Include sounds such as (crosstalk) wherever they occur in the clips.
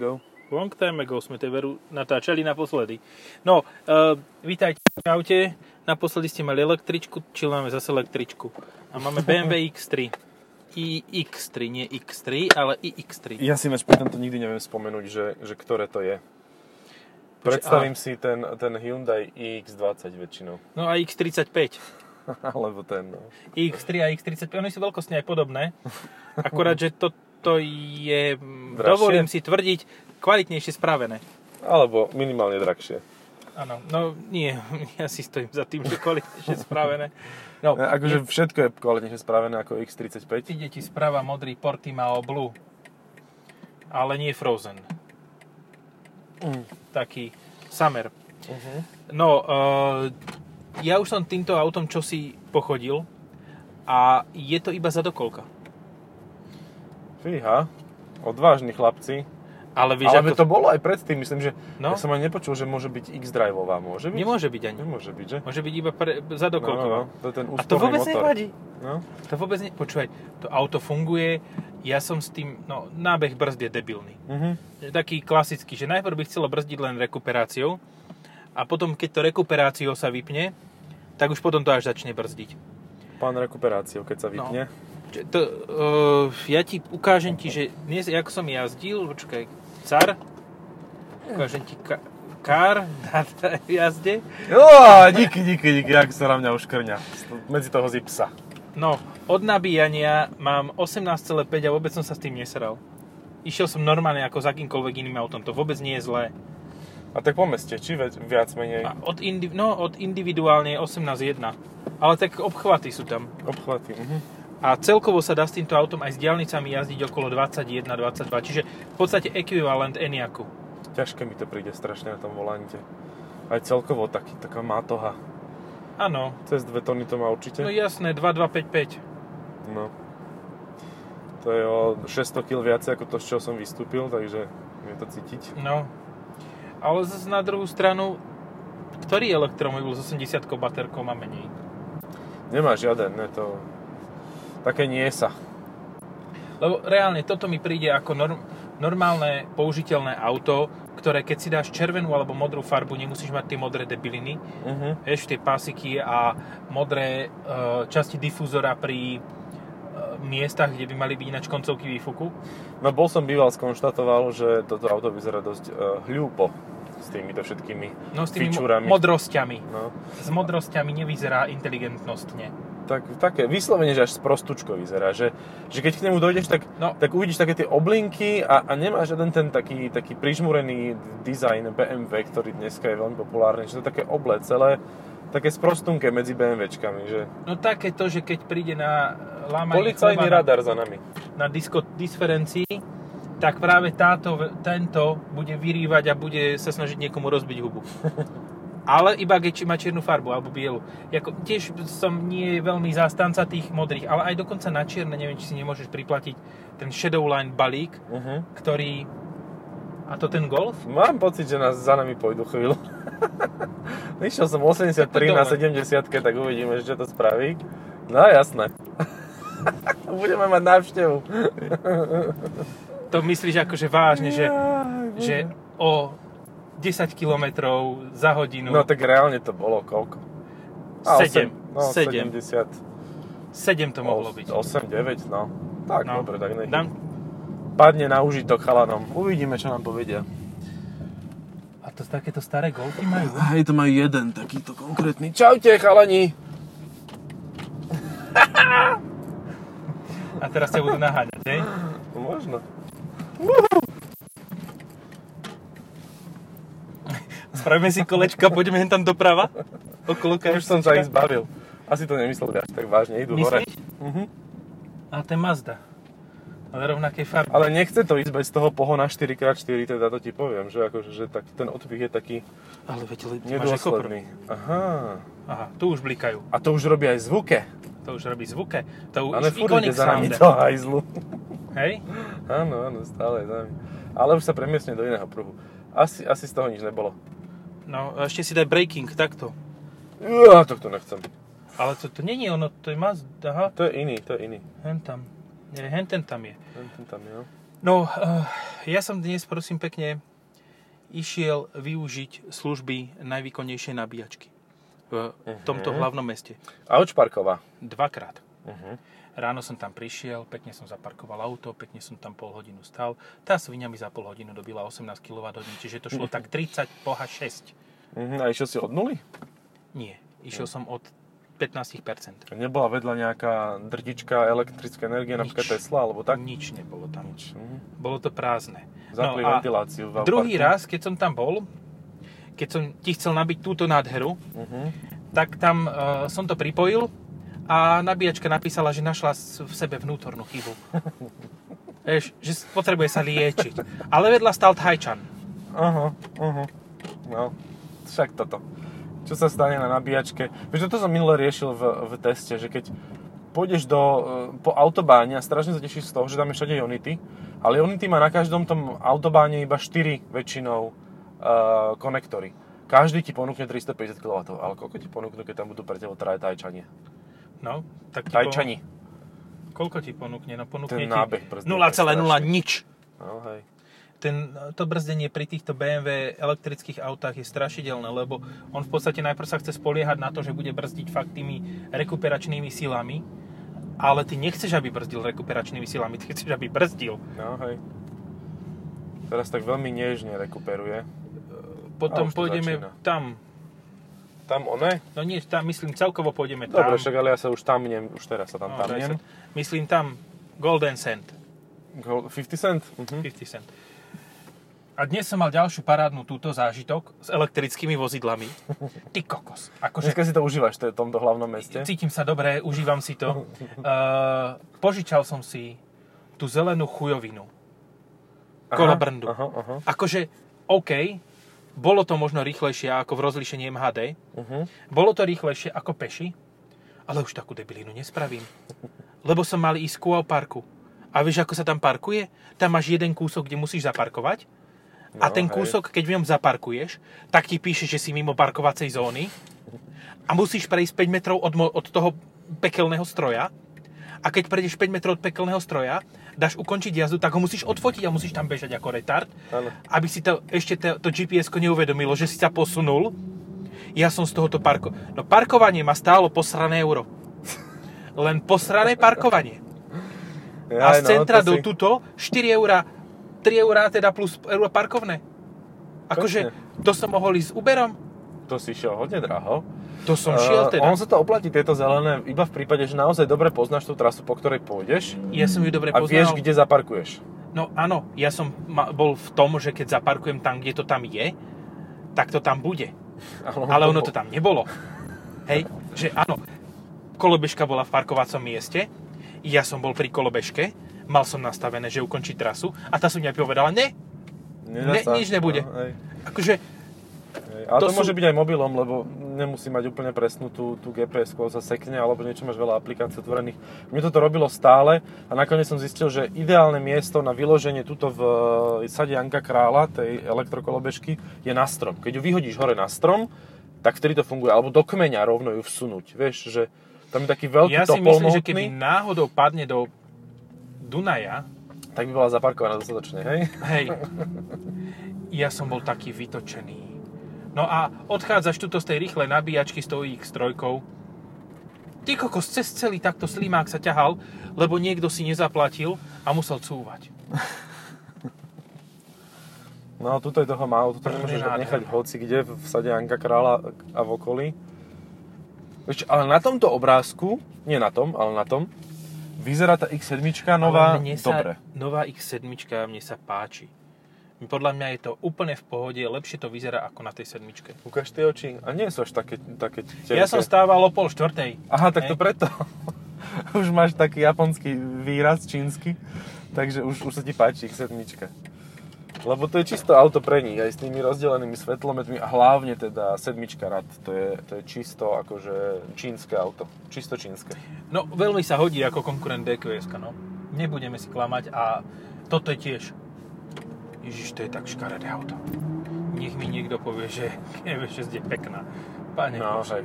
Go. Long time ago sme to veru natáčali naposledy. No, uh, vítajte v aute. Naposledy ste mali električku, či máme zase električku. A máme BMW X3. iX3, nie X3, ale iX3. Ja si ináč pri tomto nikdy neviem spomenúť, že, že ktoré to je. Predstavím si ten, ten Hyundai iX20 väčšinou. No a X35. (laughs) Alebo ten, no. X3 a X35, oni sú veľkostne aj podobné. Akurát, že toto je, m, Drahšie? dovolím si tvrdiť, kvalitnejšie spravené. Alebo minimálne drahšie. Áno, no nie, (laughs) ja si stojím za tým, že kvalitnejšie spravené. No, E, Akože všetko je kvalitnejšie spravené ako X35. Ide ti správa modrý Portimao Blue. Ale nie Frozen. Mm. Taký Summer. Mhm. No, uh, ja už som týmto autom čosi pochodil a je to iba zadokolka. Fíha, odvážni chlapci. Ale vieš, Ale ale ako... to bolo aj predtým, myslím, že No. no? ja som aj nepočul, že môže byť X-Driveová. Môže byť? nemôže byť ani. Nemôže byť, že? Môže byť iba pre, No, no, no. zadokolková. To je a ten to úsporný vôbec motor. nevadí. No? To vôbec ne... Počúvaj, to auto funguje, ja som s tým, no nábeh brzd je debilný. Mhm. Že Taký klasický, že najprv by chcelo brzdiť len rekuperáciou a potom, keď to rekuperáciou sa vypne, tak už potom to až začne brzdiť. Pán rekuperáciou, keď sa No. vypne. Čiže To, uh, ja ti ukážem ti, že dnes, ako som jazdil, počkaj, car, ukážem ti ka- kar na t- jazde, Jo, díky, díky, díky, jak sa na mňa uškrňa. Medzi toho zipsa. No, od nabíjania mám 18,5 a vôbec som sa s tým nesral. Išiel som normálne ako s akýmkoľvek iným autom, to vôbec nie je zlé. A tak po meste, či ve- viac menej A od, indi- no, od individuálne je 18,1, ale tak obchvaty sú tam. obchvaty. Mhm. A celkovo sa dá s týmto autom aj s diálnicami jazdiť okolo 21-22, čiže v podstate ekvivalent Eniaku. Ťažké mi to príde strašne na tom volante. Aj celkovo taký, taká mátoha. Áno, Cez dve tony to má určite. no jasné, 2255. No. To je o 600 kg viacej ako to, z čoho som vystúpil, takže je to cítiť. No. Ale zase na druhú stranu, ktorý elektromobil s 80 baterkou má menej? Nemá žiaden, ne, to... Také nie sa. Lebo reálne toto mi príde ako norm- normálne použiteľné auto, ktoré keď si dáš červenú alebo modrú farbu, nemusíš mať tie modré debiliny, Mhm. vieš, tie pásiky a modré e, časti difúzora pri e, miestach, kde by mali byť ináč koncovky výfuku. No bol som býval, skonštatoval, že toto auto vyzerá dosť uh, hľúpo s týmito všetkými No s tými mo- Fičúrami. modrosťami. No, S modrosťami nevyzerá inteligentnostne. tak, také, vyslovene, že až sprostučko vyzerá, že, že keď k nemu dojdeš, tak, No. no. tak uvidíš také tie oblinky a, a nemá žiaden ten taký, taký prižmurený dizajn BMW, ktorý dneska je veľmi populárny, že to je také oble celé, také sprostunké medzi BMWčkami, že No také to, že keď príde na e, lámanie chleba policajný no. na- radar za nami. na disko disferencii, tak práve táto, tento bude vyrývať a bude sa snažiť niekomu rozbiť hubu. (laughs) Ale iba keď má čiernu farbu alebo bielu. Jako, tiež som nie veľmi zástanca tých modrých, ale aj dokonca na čierne, neviem, či si nemôžeš priplatiť ten Shadowline balík, Uh-huh. ktorý... A to ten Golf? Mám pocit, že nás za nami pôjdu chvíľu. (laughs) Išiel som 83 na Dobre. 70, tak uvidíme, že čo to spraví. No jasné. (laughs) Budeme mať návštevu. To myslíš akože vážne, že, Jaj, že o 10 km za hodinu No tak reálne to bolo koľko? A, Sedem. osem- No, Sedem. 70. 7 to mohlo byť. 8, 9, no. Tak, No. dobre, tak nech Dám, padne na užitok chalanom. Uvidíme, čo nám povedia. a to takéto staré golfy majú? Hej, to majú jeden takýto konkrétny. Čaute, chalani! A teraz ťa budú naháňať, hej? No, možno. Spravíme si kolečka, poďme hen tam doprava. Okolo Už som sa ich zbavil. Asi to nemysleli až tak vážne, idú hore. Mhm. Myslíš? A to je Mazda. Ale rovnakej farby. Ale nechce to ísť bez toho pohona 4x4, teda to ti poviem, že, akože, že tak, ten odpich je taký Ale veď, ale ty máš aj kopr. nedôsledný. Aha. Aha, tu už blikajú. A to už robí aj zvuke. To už robí zvuke. To Ale už furt ide Iconic za nami sound. to hajzlu. Hej? Áno, áno, stále je za nami. Ale už sa premiesne do iného pruhu. Asi, asi z toho nič nebolo. No, a ešte si daj braking, takto. Ja, to nechcem. Ale to, to není ono, to je Mazda. Aha, To je iný, to je iný. hen tam. Nie, hen ten tam je. Ten, ten tam, jo. No, eh, ja som dnes, prosím pekne, išiel využiť služby najvýkonnejšej nabíjačky v Mhm. tomto hlavnom meste. A Očparková. Dvakrát. Uh-huh. Ráno som tam prišiel, pekne som zaparkoval auto, pekne som tam pol hodinu stal. Tá svinia mi za pol hodinu dobila 18 kWh, čiže to šlo tak 30 poha 6. Uh-huh. A išiel si od nuly? Nie, išiel Mhm. som od 15%. Nebola vedľa nejaká drtička elektrické energie, Nič. napríklad Tesla, alebo No tak? Nič nebolo tam. Nič. Mhm. No Bolo to prázdne. No Zapli a ventiláciu. v druhý parku. raz, keď som tam bol, keď som ti chcel nabiť túto nádheru, Mhm. tak tam uh, som to pripojil a nabíjačka napísala, že našla s- v sebe vnútornú (laughs) chybu. Vieš, že s- potrebuje sa liečiť. Ale vedľa stal Thajčan. Aha, aha. No, však toto. Čo sa stane na nabíjačke? Vieš, toto som minule riešil v, v teste, že keď pôjdeš do, e, po autobáne a strašne sa tešíš z toho, že tam je všade Unity, ale Unity má na každom tom autobáne iba 4 väčšinou uh, konektory. Každý ti ponúkne 350 kW, ale koľko ti ponúknú, keď tam budú pre teba traja tajčanie? No, tak ti Tajčani. Po, koľko ti ponúkne? No ponúkne Ten ti nábeh 0,0 prstov, to je strašné. nič. No, hej. Ten, to brzdenie pri týchto BMW elektrických autách je strašidelné, lebo on v podstate najprv sa chce spoliehať na to, že bude brzdiť fakt tými rekuperačnými silami, ale ty nechceš, aby brzdil rekuperačnými silami, ty chceš, aby brzdil. No, hej. Teraz tak veľmi nežne rekuperuje. Potom už to pôjdeme začína. tam, Tam one? no nie, tam, myslím, celkovo pôjdeme tam. Dobre, však ale ja sa už tamnem, už teraz sa tam no, no, daj tamnem. sa- myslím tam Golden Sand. Gol- 50 cent? Mhm. 50 cent. A dnes som mal ďalšiu parádnu túto zážitok s elektrickými (laughs) vozidlami. Ty kokos. Akože Dneska si to užívaš v tomto hlavnom meste. cítim sa dobre, užívam si (laughs) to. Uh, požičal som si tú zelenú chujovinu. Aha, Kolobrndu. Aha, aha. Akože, OK, bolo to možno rýchlejšie ako v rozlíšení MHD. Mhm. Bolo to rýchlejšie ako peši, ale už takú debilinu nespravím. Lebo som mal ísť ku parku. A vieš, ako sa tam parkuje? Tam máš jeden kúsok, kde musíš zaparkovať. A No, ten hej. kúsok, keď v ňom zaparkuješ, tak ti píše, že si mimo parkovacej zóny a musíš prejsť 5 metrov od, mo- od toho pekelného stroja. A keď prejdeš 5 metrov od pekelného stroja, dáš ukončiť jazdu, tak ho musíš odfotiť a musíš tam bežať ako retard, Áno. aby si to, ešte to, to GPS-ko neuvedomilo, že si sa posunul. Ja som z tohoto parko... No parkovanie ma stálo posrané euro. Len posrané parkovanie. A z Jaj, no, centra to do si- tuto 4 eurá, 3 eurá teda plus euro parkovné. Akože to som mohol ísť s Uberom, To si šiel hodne draho. to som šiel Eh, teda. Ono sa to oplatí, tieto zelené, iba v prípade, že naozaj dobre poznáš tú trasu, po ktorej pôjdeš Ja som ju dobre a poznal. vieš, kde zaparkuješ. No áno, ja som ma, bol v tom, že keď zaparkujem tam, kde to tam je, tak to tam bude. Ale ono (laughs) to tam nebolo. Hej, že áno, kolobežka bola v parkovacom mieste, ja som bol pri kolobežke, mal som nastavené, že ukončí trasu a tá som mi povedala, ne, Nedá ne- sa. nič nebude. No, hej, akože hej. Ale To to, sú- môže byť aj mobilom, lebo nemusí mať úplne presnú tú, tú GPS, skôr sa sekne, alebo niečo máš veľa aplikácií otvorených. Mne toto robilo stále a nakoniec som zistil, že ideálne miesto na vyloženie tuto v eh, sade Janka Krála, tej elektrokolobežky, je na strom. Keď ju vyhodíš hore na strom, tak vtedy to funguje. Alebo do kmeňa rovno ju vsunúť. Vieš, že tam je taký veľký ja si topol myslím, že mohutný, keby náhodou padne do Dunaja, tak by bola zaparkovaná dostatočne, hej? Hej, ja som bol taký vytočený. No a odchádzaš tuto z tej rýchlej nabíjačky s tou X3. Ty kokos, cez celý takto slimák sa ťahal, lebo niekto si nezaplatil a musel cúvať. No, tuto je toho málo, tuto nemôžeš Nádhera. nechať hoci kde v sade Janka Krála a v okolí. Vieš, ale na tomto obrázku, nie na tom, ale na tom, vyzerá tá X7 nová Ale mne sa, dobre. Nová X7 mne sa páči. Podľa mňa je to úplne v pohode, lepšie to vyzerá ako na tej sedmičke. Ukáž tie oči. A nie sú až také, také tenké. Ja som stával o pol štvrtej. Aha, tak to Hej. preto. (laughs) už máš taký japonský výraz, čínsky. Takže už, už sa ti páči X7. Lebo to je čisto auto pre nich, aj s tými rozdelenými svetlometmi a hlavne teda sedmička rad. To je, to je čisto akože čínske auto. Čisto čínske. No, veľmi sa hodí ako konkurent dqs no. Nebudeme si klamať a toto je tiež... Ježiš, to je tak škaredé auto. (laughs) Nech mi niekto povie, že GV6 je pekná. Pane, No, no. hej.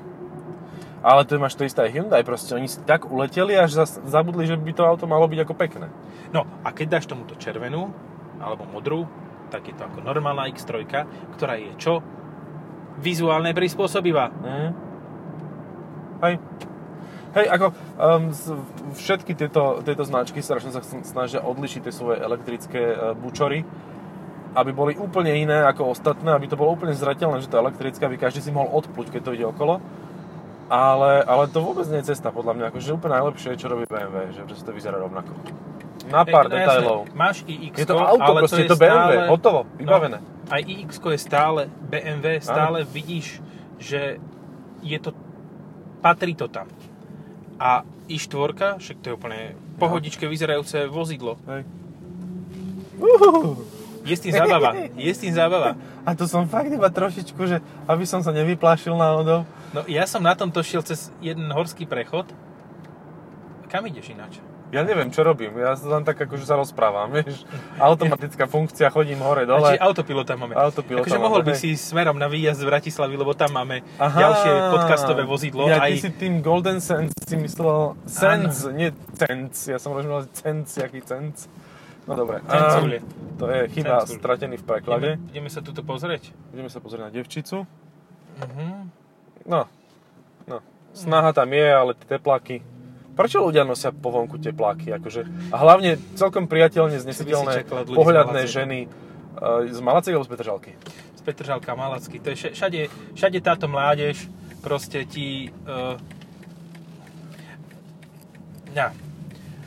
A Ale tu máš to isté aj Hyundai, proste oni si tak uleteli, až zas- zabudli, že by to auto malo byť ako pekné. No a keď dáš tomuto červenú alebo modrú, tak je to ako normálna X3, ktorá je čo? Vizuálne prispôsobivá. Mm. Hej. Hej, ako um, z- všetky tieto, tieto značky strašne sa sn- snažia odlišiť tie svoje elektrické e, bučory, aby boli úplne iné ako ostatné, aby to bolo úplne zrateľné, že to je elektrické, aby každý si mohol odpluť, keď to ide okolo. Ale, ale to vôbec nie je cesta, podľa mňa. Akože úplne najlepšie je, čo robí BMW, že proste to vyzerá rovnako. Na pár No, jasné, detailov. Máš iX, Je to auto, ale proste je je to BMW, stále... no, hotovo, vybavené. Aj iX je stále BMW, stále vidíš, že je to, patrí to tam. A i4, však to je úplne pohodičke vyzerajúce vozidlo. Hej. Je s tým (laughs) zábava, je s tým zábava. A to som fakt iba trošičku, že aby som sa nevyplášil náhodou. No ja som na tomto šiel cez jeden horský prechod. Kam ideš ináč? Ja neviem, čo robím. Ja sa tam tak akože sa rozprávam, (laughs) vieš. Automatická funkcia, chodím hore, dole. Čiže autopilota máme. Autopilota akože máme, mohol by hej. si ísť smerom na výjazd z Bratislavy, lebo tam máme ďalšie podcastové vozidlo. Ja aj... ty si tým Golden Sense si myslel... Sense, nie Cents. Ja som rozumel, že Cents, jaký Cents. No dobre. Cencule. Ehm, to je chyba Cencule. stratený v preklade. Ideme, ideme sa tuto pozrieť. Budeme sa pozrieť na devčicu. Mhm. No, no. Snaha tam je, ale tie tepláky... Prečo ľudia nosia po vonku tepláky? Akože, a hlavne celkom Čo by priateľne si znesiteľné, čakala od ľudí z pohľadné Malacie? ženy e, z Malacie alebo z Petržalky? Z Petržalka, Malacky. To je vše- všade, všade táto mládež proste ti... Uh, ja.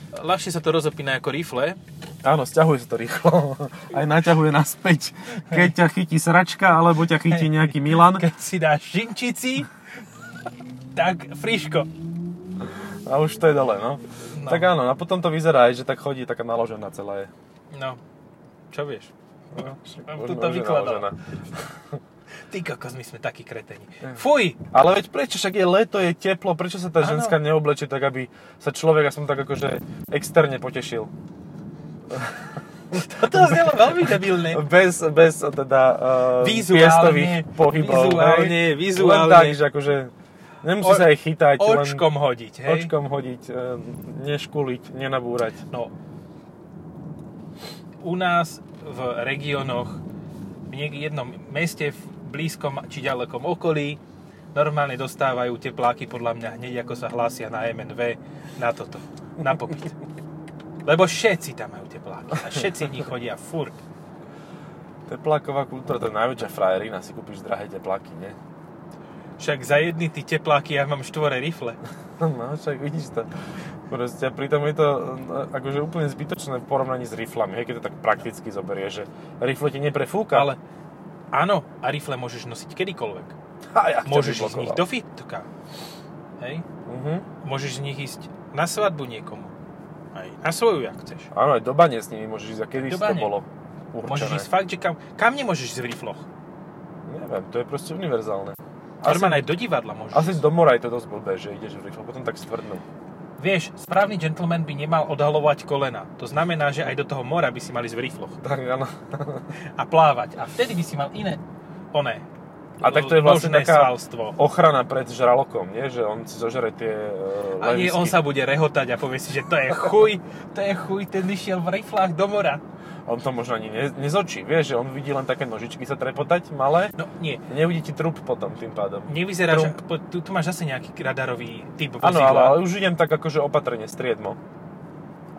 Ľahšie sa to rozopína ako rifle. Áno, stiahuje sa to rýchlo. (laughs) Aj naťahuje naspäť. Keď ťa chytí sračka, alebo ťa chytí nejaký Milan. Keď si dáš žinčici, tak friško. A už to je dole, no. No. Tak áno, a potom to vyzerá aj, že tak chodí taká naložená celá je. No, čo vieš? No, však Mám už tu to môže vykladal. naložená. Ty kokos, my sme takí kreteni. Fuj! Ale veď prečo, však je leto, je teplo, prečo sa tá Áno. ženská neoblečie tak, aby sa človek aspoň tak akože externe potešil? Toto znelo veľmi debilné. Bez, bez teda uh, Vizuálne, piestových pohybov. vizuálne, hej? vizuálne. Len tak, že akože nemusí O- sa aj chytať, Očkom hodiť, len hej? očkom hodiť, uh, neškuliť, nenabúrať. No, u nás v regiónoch, v niek- jednom meste, v blízkom či ďalekom okolí, normálne dostávajú tepláky podľa mňa hneď ako sa hlásia na MNV, na toto, na popyt. Lebo všetci tam majú tepláky a všetci v nich chodia furt. Tepláková kultúra, to je najväčšia frajerina, si kúpiš drahé tepláky, nie? Však za jedny ty tepláky ja mám štvore rifle. No, však vidíš to. Proste, a pritom je to no, akože úplne zbytočné v porovnaní s riflami, hej, keď to tak prakticky zoberieš, že rifle ti neprefúka. Ale áno, a rifle môžeš nosiť kedykoľvek. Ha, ja ťa Môžeš ísť z vyblokoval. nich do fitka. Hej? Mhm. Môžeš z nich ísť na svadbu niekomu. Aj na svoju, ak chceš. Áno, aj do bane s nimi môžeš ísť, a kedy Do si to bane. bolo Môžeš určené. ísť fakt, že kam, kam nemôžeš ísť v rifloch? Neviem, to je proste univerzálne. Asi, Normálne aj do divadla môžeš. asi z domora je to dosť blbé, že ideš v rifle, potom tak stvrdnú. Vieš, správny gentleman by nemal odhalovať kolena. To znamená, že aj do toho mora by si mali ísť v rifloch. Tak áno. (laughs) A plávať. A vtedy by si mal iné oné. A tak to je vlastne nožné taká svalstvo. ochrana pred žralokom, nie? Že on si zožere tie uh, A nie, on sa bude rehotať a povie si, že to je chuj, to je chuj, ten išiel v riflách do mora. On to možno ani ne, nezočí, vieš, že on vidí len také nožičky sa trepotať, malé. No nie, Neuvidí ti trup potom tým pádom. nevyzerá, že... po- Tu, tu máš zase nejaký radarový typ Áno, vozidla. ale, ale už idem tak akože opatrne, striedmo.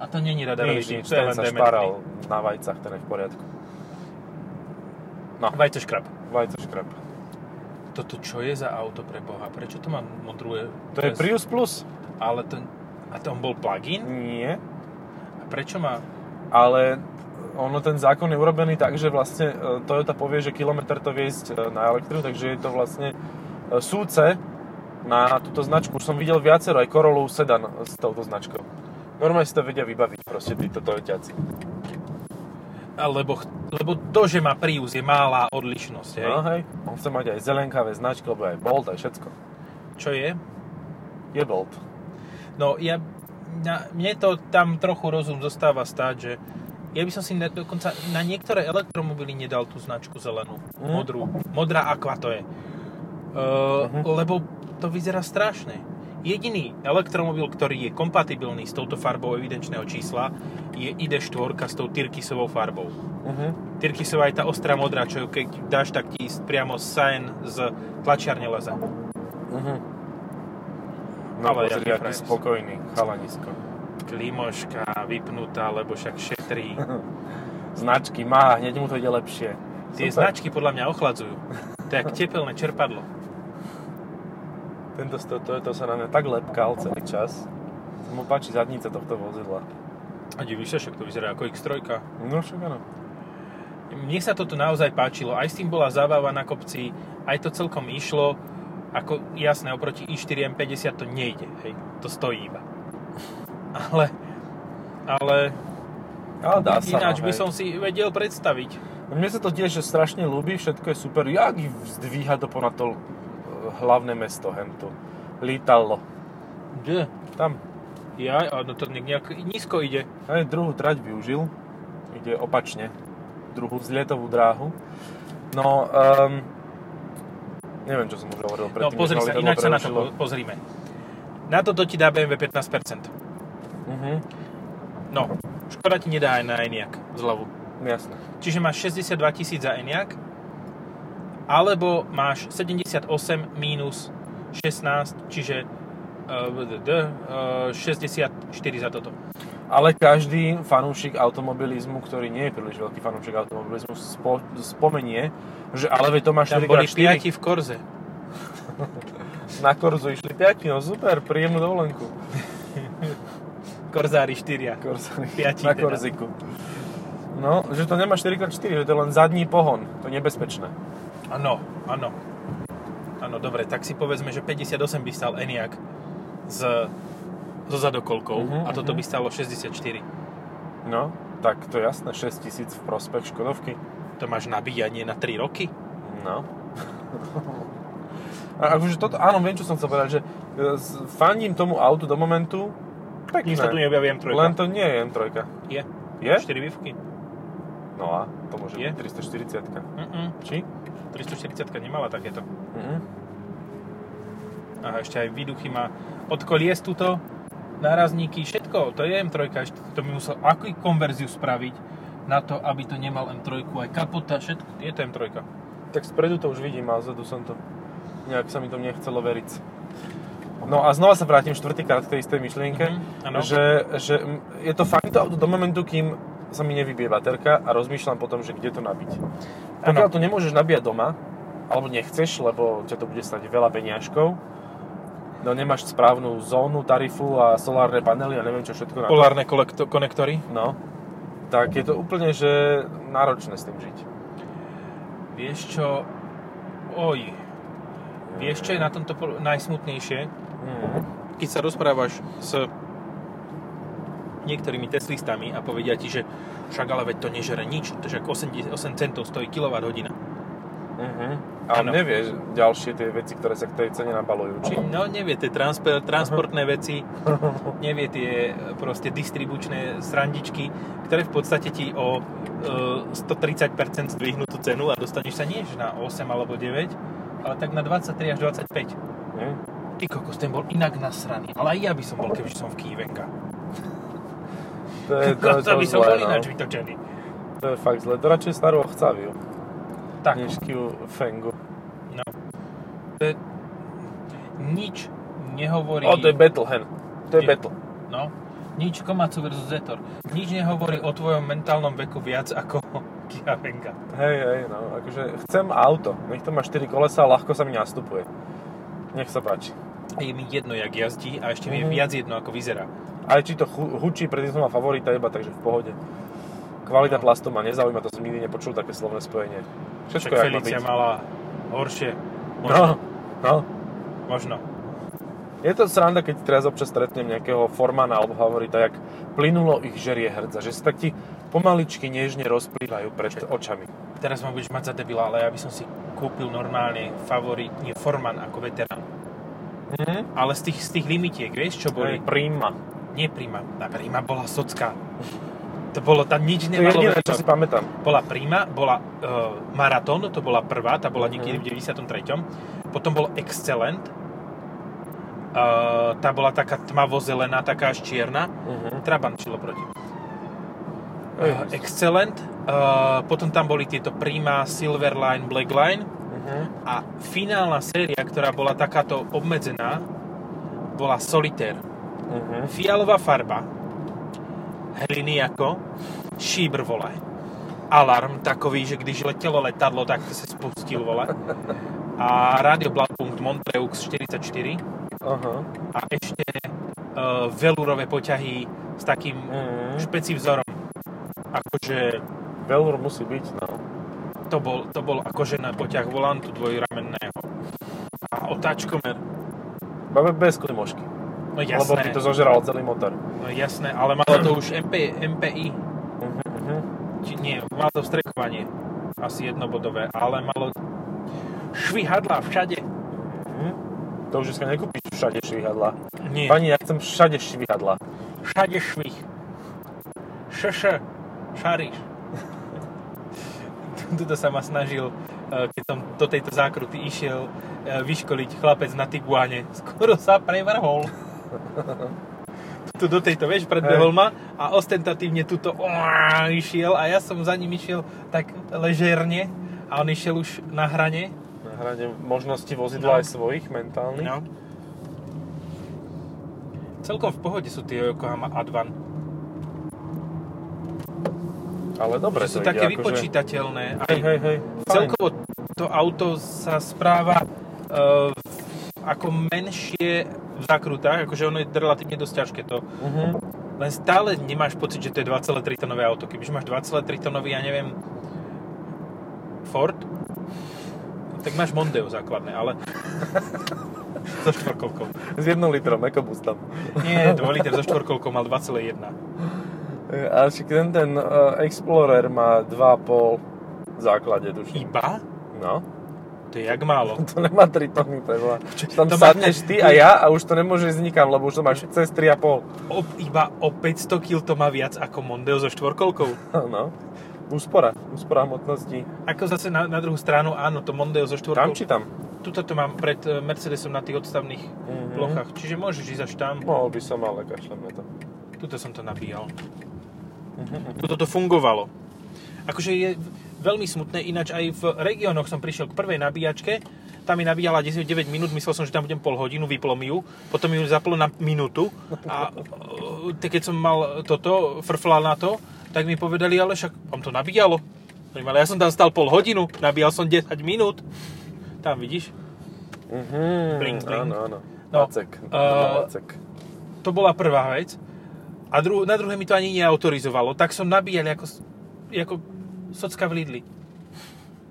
A to není radarový Nič, typ, nič, to je ten len sa dementný. šparal na vajcach, ten je v poriadku. Vajce škrab. Vajco škrab. Toto čo je za auto pre Boha? Prečo to má modrú... To je Prius Plus? Ale to... A to on bol plug-in? Nie. A prečo má... ale ono ten zákon je urobený tak, že vlastne e, Toyota povie, že kilometr to viesť na elektrínu, takže je to vlastne e, súce na túto značku. Už som videl viacero, aj Corolla sedan s touto značkou. Normálne si to vedia vybaviť proste títo Toyotiaci. Lebo, ch- lebo to, že má Prius, je malá odlišnosť, hej? No hej, on chce mať aj zelenkavé značky, lebo aj Bolt, aj všetko. Čo je? Je Bolt. No, ja... Na, mne to tam trochu rozum zostáva stáť, že ja by som si na, dokonca na niektoré elektromobily nedal tú značku zelenú, Mm. modrú. Modrá aqua to je. uh-huh. lebo to vyzerá strašne. Jediný elektromobil, ktorý je kompatibilný s touto farbou evidenčného čísla, je ID4 s tou tyrkysovou farbou. Uh-huh. Tyrkysová je tá ostrá modrá, čo ju keď dáš, tak ti priamo sajn z tlačiarne leza. Uh-huh. No Ale pozri, jaký aký frajer si. spokojný, chalanisko. Klimoška vypnutá, lebo však šetrí. Značky má, hneď mu to ide lepšie. Tie Super. značky podľa mňa ochladzujú. To je jak tepelné čerpadlo. Tento to, to, to sa na mňa tak lepkal celý čas. Sa Mu páči zadnica tohto vozidla. A divíš sa, však to vyzerá ako X3. No však áno. Mne sa toto naozaj páčilo. Aj s tým bola zábava na kopci, aj to celkom išlo. Ako jasné, oproti i4 M50 to nejde, hej. To stojí iba. Ale, ale Ale dá sa. ináč no, by hej. som si vedel predstaviť. Mne sa to tiež strašne ľúbi, všetko je super. Jak ich zdvíha to ponad to e, hlavné mesto hento. Lítadlo. Kde? Tam. Ja, a no to nejak nízko ide. Aj druhú trať využil. Ide opačne. Druhú vzlietovú dráhu. No, um, neviem, čo som už hovoril No predtým. pozri sa, ináč sa na to po- pozrime. Na toto ti dá BMW 15%. Uh-huh, No, Škoda ti nedá aj na Enyaq zľavu. jasné. Čiže máš 62 tisíc za Enyaq, alebo máš 78 minus 16, čiže eh, BDD, eh, 64 za toto. Ale každý fanúšik automobilizmu, ktorý nie je príliš veľký fanúšik automobilizmu, spo, spomenie, že ale veď to má Tam boli 4x4. 5 v Korze. Na Korzu išli 5, no super, príjemnú dovolenku. Korzári 4. Korzany. Piati na teda. Korziku. No, že to nemá 4x4, že to je len zadní pohon. To je nebezpečné. Áno, áno. Áno, dobre, tak si povedzme, že 58 by stal Enyaq s, so zadokolkou Mhm, a toto mhm. by stalo 64. No, tak to je jasné, 6 tisíc v prospech Škodovky. To máš nabíjanie na 3 roky? No. A akože toto, áno, viem, čo som chcel povedať, že e, s- fandím tomu autu do momentu, Kým sa tu pekné. neobjaví M3. Len to nie je M3. Je. Je? 4 výfky. No a to môže Je. byť 340 Mm-mm. Či? 340 nemala takéto. Mhm. A ešte aj výduchy má od kolies tuto, nárazníky, všetko. To je M3, ešte to by musel akú konverziu spraviť na to, aby to nemal M3, aj kapota, všetko. Je to M3. Tak spredu to už vidím a zadu som to... Nejak sa mi to nechcelo veriť. No a znova sa vrátim štvrtýkrát k tej istej myšlienke, Mhm, áno. že, že mm, je to fajn to auto do momentu, kým sa mi nevybije baterka a rozmýšľam potom, že kde to nabiť. Pokiaľ to nemôžeš nabíjať doma, alebo nechceš, lebo ťa to bude stať veľa peniažkov, no nemáš správnu zónu, tarifu a solárne panely a neviem čo všetko na to. Polárne kolekto- konektory. No, tak je to úplne, že náročné s tým žiť. Vieš čo... Oj. Vieš čo je na tomto pol- najsmutnejšie? Mm. keď sa rozprávaš s niektorými teslistami a povedia ti, že však ale veď to nežere nič, to však 88 centov stojí kWh. Mhm. A Áno. nevieš ďalšie tie veci, ktoré sa k tej cene nabalujú, či? No nevie tie transpe- transportné veci, nevie tie e, proste distribučné srandičky, ktoré v podstate ti o e, 130% zdvihnú tú cenu a dostaneš sa nie že na 8 alebo 9, ale tak na 23 až 25. Mm. Ty kokos, ten bol inak nasraný, ale aj ja by som bol, keby som v Kývenka. To (laughs) (laughs) je, to, je, Kokos, to, to by som zlé, bol no. ináč vytočený. to je fakt zle. To radšej starú ochcaviu, Tak. než kiu fengu. nič nehovorí... O, to je Bettlehen. To je Je. Bettl. no, nič Komatsu versus Zetor. Nič nehovorí o tvojom mentálnom veku viac ako (laughs) Kia Venga. Hej, hej, no. Akože chcem auto. Nech to má 4 kolesa a ľahko sa mi nastupuje. Nech sa páči. Je mi jedno, jak jazdí a ešte mi je Mhm. viac jedno, ako vyzerá. Aj či to chu- hučí, predtým som mal favorita iba, takže v pohode. Kvalita plastu ma nezaujíma, to som nikdy nepočul také slovné spojenie. Však Všetko jak má byť. Felicia mala horšie. No, Možno. no. možno. Je to sranda, keď teraz občas stretnem nejakého formana alebo favorita, jak plynulo ich žerie hrdza, že sa tak ti pomaličky nežne rozplývajú pred očami. Teraz ma budeš mať za debila, ale ja by som si kúpil normálne favorit, nie Forman ako veterán. Mhm. Ale z tých, z tých limitiek, vieš, čo To boli? je príma. Nie Prima. Tá Prima bola socká. To bolo, tam nič To je nemalo jediné, vektor. čo si pamätám. Mhm. bola Prima, bola e, Maratón, to bola prvá, tá bola niekedy v 93. Potom bol Excellent. Uh, tá bola taká tmavo-zelená, taká až čierna. Uh-huh. Trabant šilo proti. Ej, Uh, Excellent. Uh, potom tam boli tieto Prima, Silverline, Blackline. Uh-huh. A finálna séria, ktorá bola takáto obmedzená, bola Solitaire. Uh-huh. Fialová farba, hliniako, šíbr vole. Alarm takový, že když letelo letadlo, tak se spustil vole. A Radio Bladpunkt Montreux 44 Aha. a ešte uh, velurové poťahy s takým Mhm. mm. špeci vzorom. Akože Velur musí byť, no. to bol, to bol akože na poťah volantu dvojramenného. A otáčkomer, Máme bez klimošky. no jasné, Lebo by to zožral celý motor. no jasné, ale malo to už MP, MPI, Uh-huh. Uh-huh. Či nie, malo to vstrekovanie. Asi jednobodové, ale malo švihadla všade. Uh-huh. To už dneska nekúpiš všade švihadla. Nie, Pani, ja chcem všade švihadla. všade švih. Šš, šariš. (laughs) Tuto sa ma snažil, eh, keď som do tejto zákruty išiel eh, vyškoliť chlapec na Tiguane. Skoro sa (laughs) prevrhol. tu do tejto, vieš, predbehol ma a ostentatívne tuto oá, išiel a ja som za ním išiel tak ležerne a on išiel už na hrane Na hrane možnosti vozidla No. aj svojich mentálnych. No. Celkom v pohode sú tie Yokohama Advan. Ale dobre Že sú to také ide, akože... vypočítateľné. Aj Hej, hej, hej. Fajn. celkovo to auto sa správa eh, ako menšie v zakrutách, akože ono je relatívne dosť ťažké to. Uh-huh. Len stále nemáš pocit, že to je 2,3 tonové auto. Kebyže máš 2,3 tonový, ja neviem, Ford, tak máš Mondeo základné, ale (laughs) so štvorkolkou. S jednou litrom, ako bustom. Nie, 2 liter so štvorkolkou mal 2,1. E, A však ten, ten uh, Explorer má 2,5 v základe duši. Iba? No. To je jak málo. To nemá 3 tony, to je bola. Tam to to má- sadneš ty a ja a už to nemôže ísť nikam, lebo už to máš cez 3,5. O, iba o 500 kg to má viac ako Mondeo so štvorkolkou. (laughs) No. Úspora. Úspora hmotnosti. Ako zase na, na druhú stranu, áno, to Mondeo so Tam štvorkolkou. či tam? Tuto to mám pred e, Mercedesom na tých odstavných Mhm. plochách. Čiže môžeš ísť až tam. Mohol by som, ale kašlem na to. Tuto som to nabíjal. Tuto to fungovalo. Akože je veľmi smutné, ináč aj v regiónoch som prišiel k prvej nabíjačke, tam mi nabíjala 10, 9 minút, myslel som, že tam budem pol hodinu, vyplo mi ju, potom ju zaplo na minútu a e, te- keď som mal toto, frflal na to, tak mi povedali, ale však vám to nabíjalo. Hovorím, Ale ja som tam stal pol hodinu, nabíjal som 10 minút. Tam vidíš, Mhm. Blink, blink. Áno, áno. No, Lacek. eh, Lacek. to bola prvá vec. A dru- na druhé mi to ani neautorizovalo. Tak som nabíjal ako, s- ako socka v Lidli.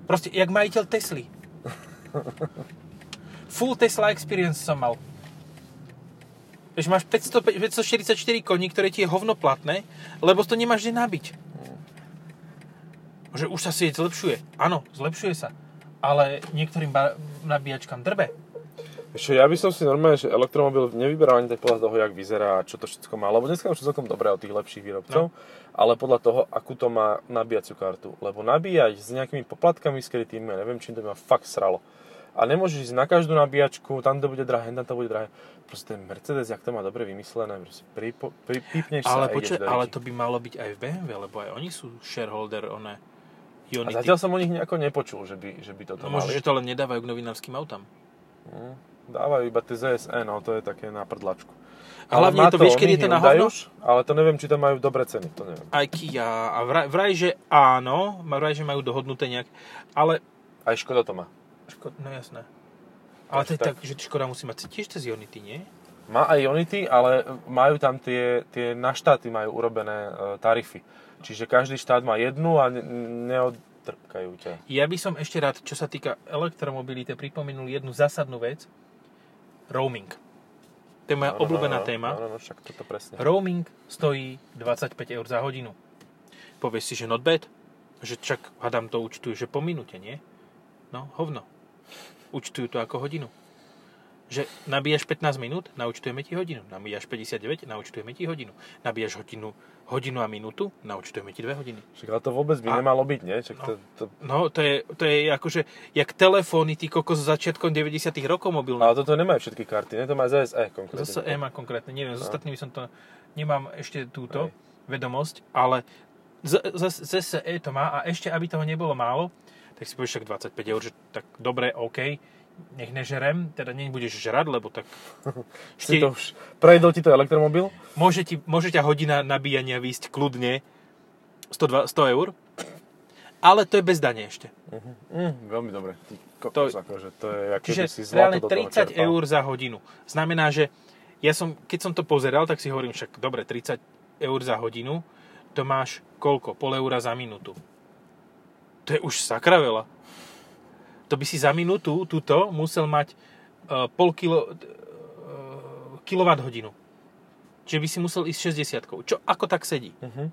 Proste, jak majiteľ Tesly. Full Tesla experience som mal. Vieš, máš 500, 544 koní, ktoré ti je hovnoplatné, lebo to nemáš kde nabiť. Že už sa sieť zlepšuje. Áno, zlepšuje sa. Ale niektorým ba- nabíjačkám drbe. Ešte, ja by som si normálne, že elektromobil nevyberal ani tak podľa toho, jak vyzerá a čo to všetko má, lebo dneska už je celkom dobré od tých lepších No. výrobcov, ale podľa toho, akú to má nabíjaciu kartu. Lebo nabíjať s nejakými poplatkami skrytými, ja neviem, čím to by ma fakt sralo. A nemôžeš ísť na každú nabíjačku, tam to bude drahé, tam to bude drahé. Proste ten Mercedes, jak to má dobre vymyslené, proste pripo, pri, Ale, pipneš sa a ideš počuaj, do ale riti. to by malo byť aj v BMW, lebo aj oni sú shareholder, one A Unity. zatiaľ som o nich nejako nepočul, že by, že by toto no, no, mali. možno, že to len nedávajú k novinárskym autám. Mm. Dávajú iba tie ZSE, no to je také na prdlačku. Hlavne má je to, vieš, o kedy je nich to na Hyundai hovno? už, Ale to neviem, či tam majú dobré ceny, to neviem. Aj Kia. A vraj, vraj, že áno, ma- vraj, že majú dohodnuté nejak. Ale, Aj Škoda to má. ško, no jasné. Ale to je tak, tak. že Škoda musí mať tiež cez Unity, nie? Má aj Unity, ale majú tam tie, tie na štáty majú urobené e, tarify. Čiže každý štát má jednu a ne, neodtrpkajú ťa. Ja by som ešte rád, čo sa týka elektromobility, pripomenul jednu zásadnú vec. Roaming. To je moja Áno, obľúbená áno, téma. Áno, no, však toto presne. Roaming stojí 25 eur za hodinu. Povieš si, že not bad, že čak hadám to účtujú, že po minúte, nie? No, hovno. Účtujú to ako hodinu. že nabíjaš 15 minút, naučtujeme ti hodinu. Nabíjaš 59, naučtujeme ti hodinu. Nabíjaš hodinu, hodinu a minútu, naučtujeme ti 2 hodiny. Však ale to vôbec A- by nemalo byť, nie? Však to, to, No, to je, to je akože, jak telefóny, ty kokos s začiatkom 90 rokov mobilné. ale toto nemajú všetky karty, ne? To má ZSE konkrétne. Zase E má konkrétne, neviem, No. s ostatnými som to, nemám ešte túto vedomosť, ale z- z- zase E to má a ešte, aby toho nebolo málo, tak si povieš však 25 eur, že tak dobre, OK, nech nežerem, teda nebudeš žrať, lebo (laughs) tak Si ti- to už... Prejdol ti to elektromobil? môže, ti, môže ťa hodina nabíjania výjsť kľudne 100, 100 eur, ale to je bez dane ešte. Mm, veľmi dobre. Ty kokos, To- akože to je, ako keby si Čiže zlato reálne do toho 30 čerpal. eur za hodinu. Znamená, že ja som, keď som to pozeral, tak si hovorím však, dobre, 30 eur za hodinu, to máš koľko? Pol eura za minútu. To je už sakra veľa. To by si za minútu túto musel mať uh, pol kilo, uh, kilowatt hodinu. Čiže by si musel ísť 60 Čo ako tak sedí? Mhm.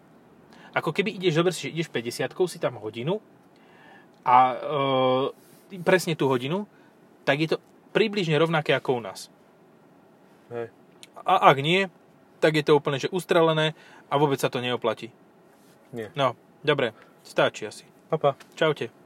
Ako keby ideš, dobre, že ideš 50 si tam hodinu a e, presne tú hodinu, tak je to približne rovnaké ako u nás. Hej. A ak nie, tak je to úplne že ustrelené a vôbec sa to neoplatí. Nie. No, dobre, stačí asi. Papa. Čaute.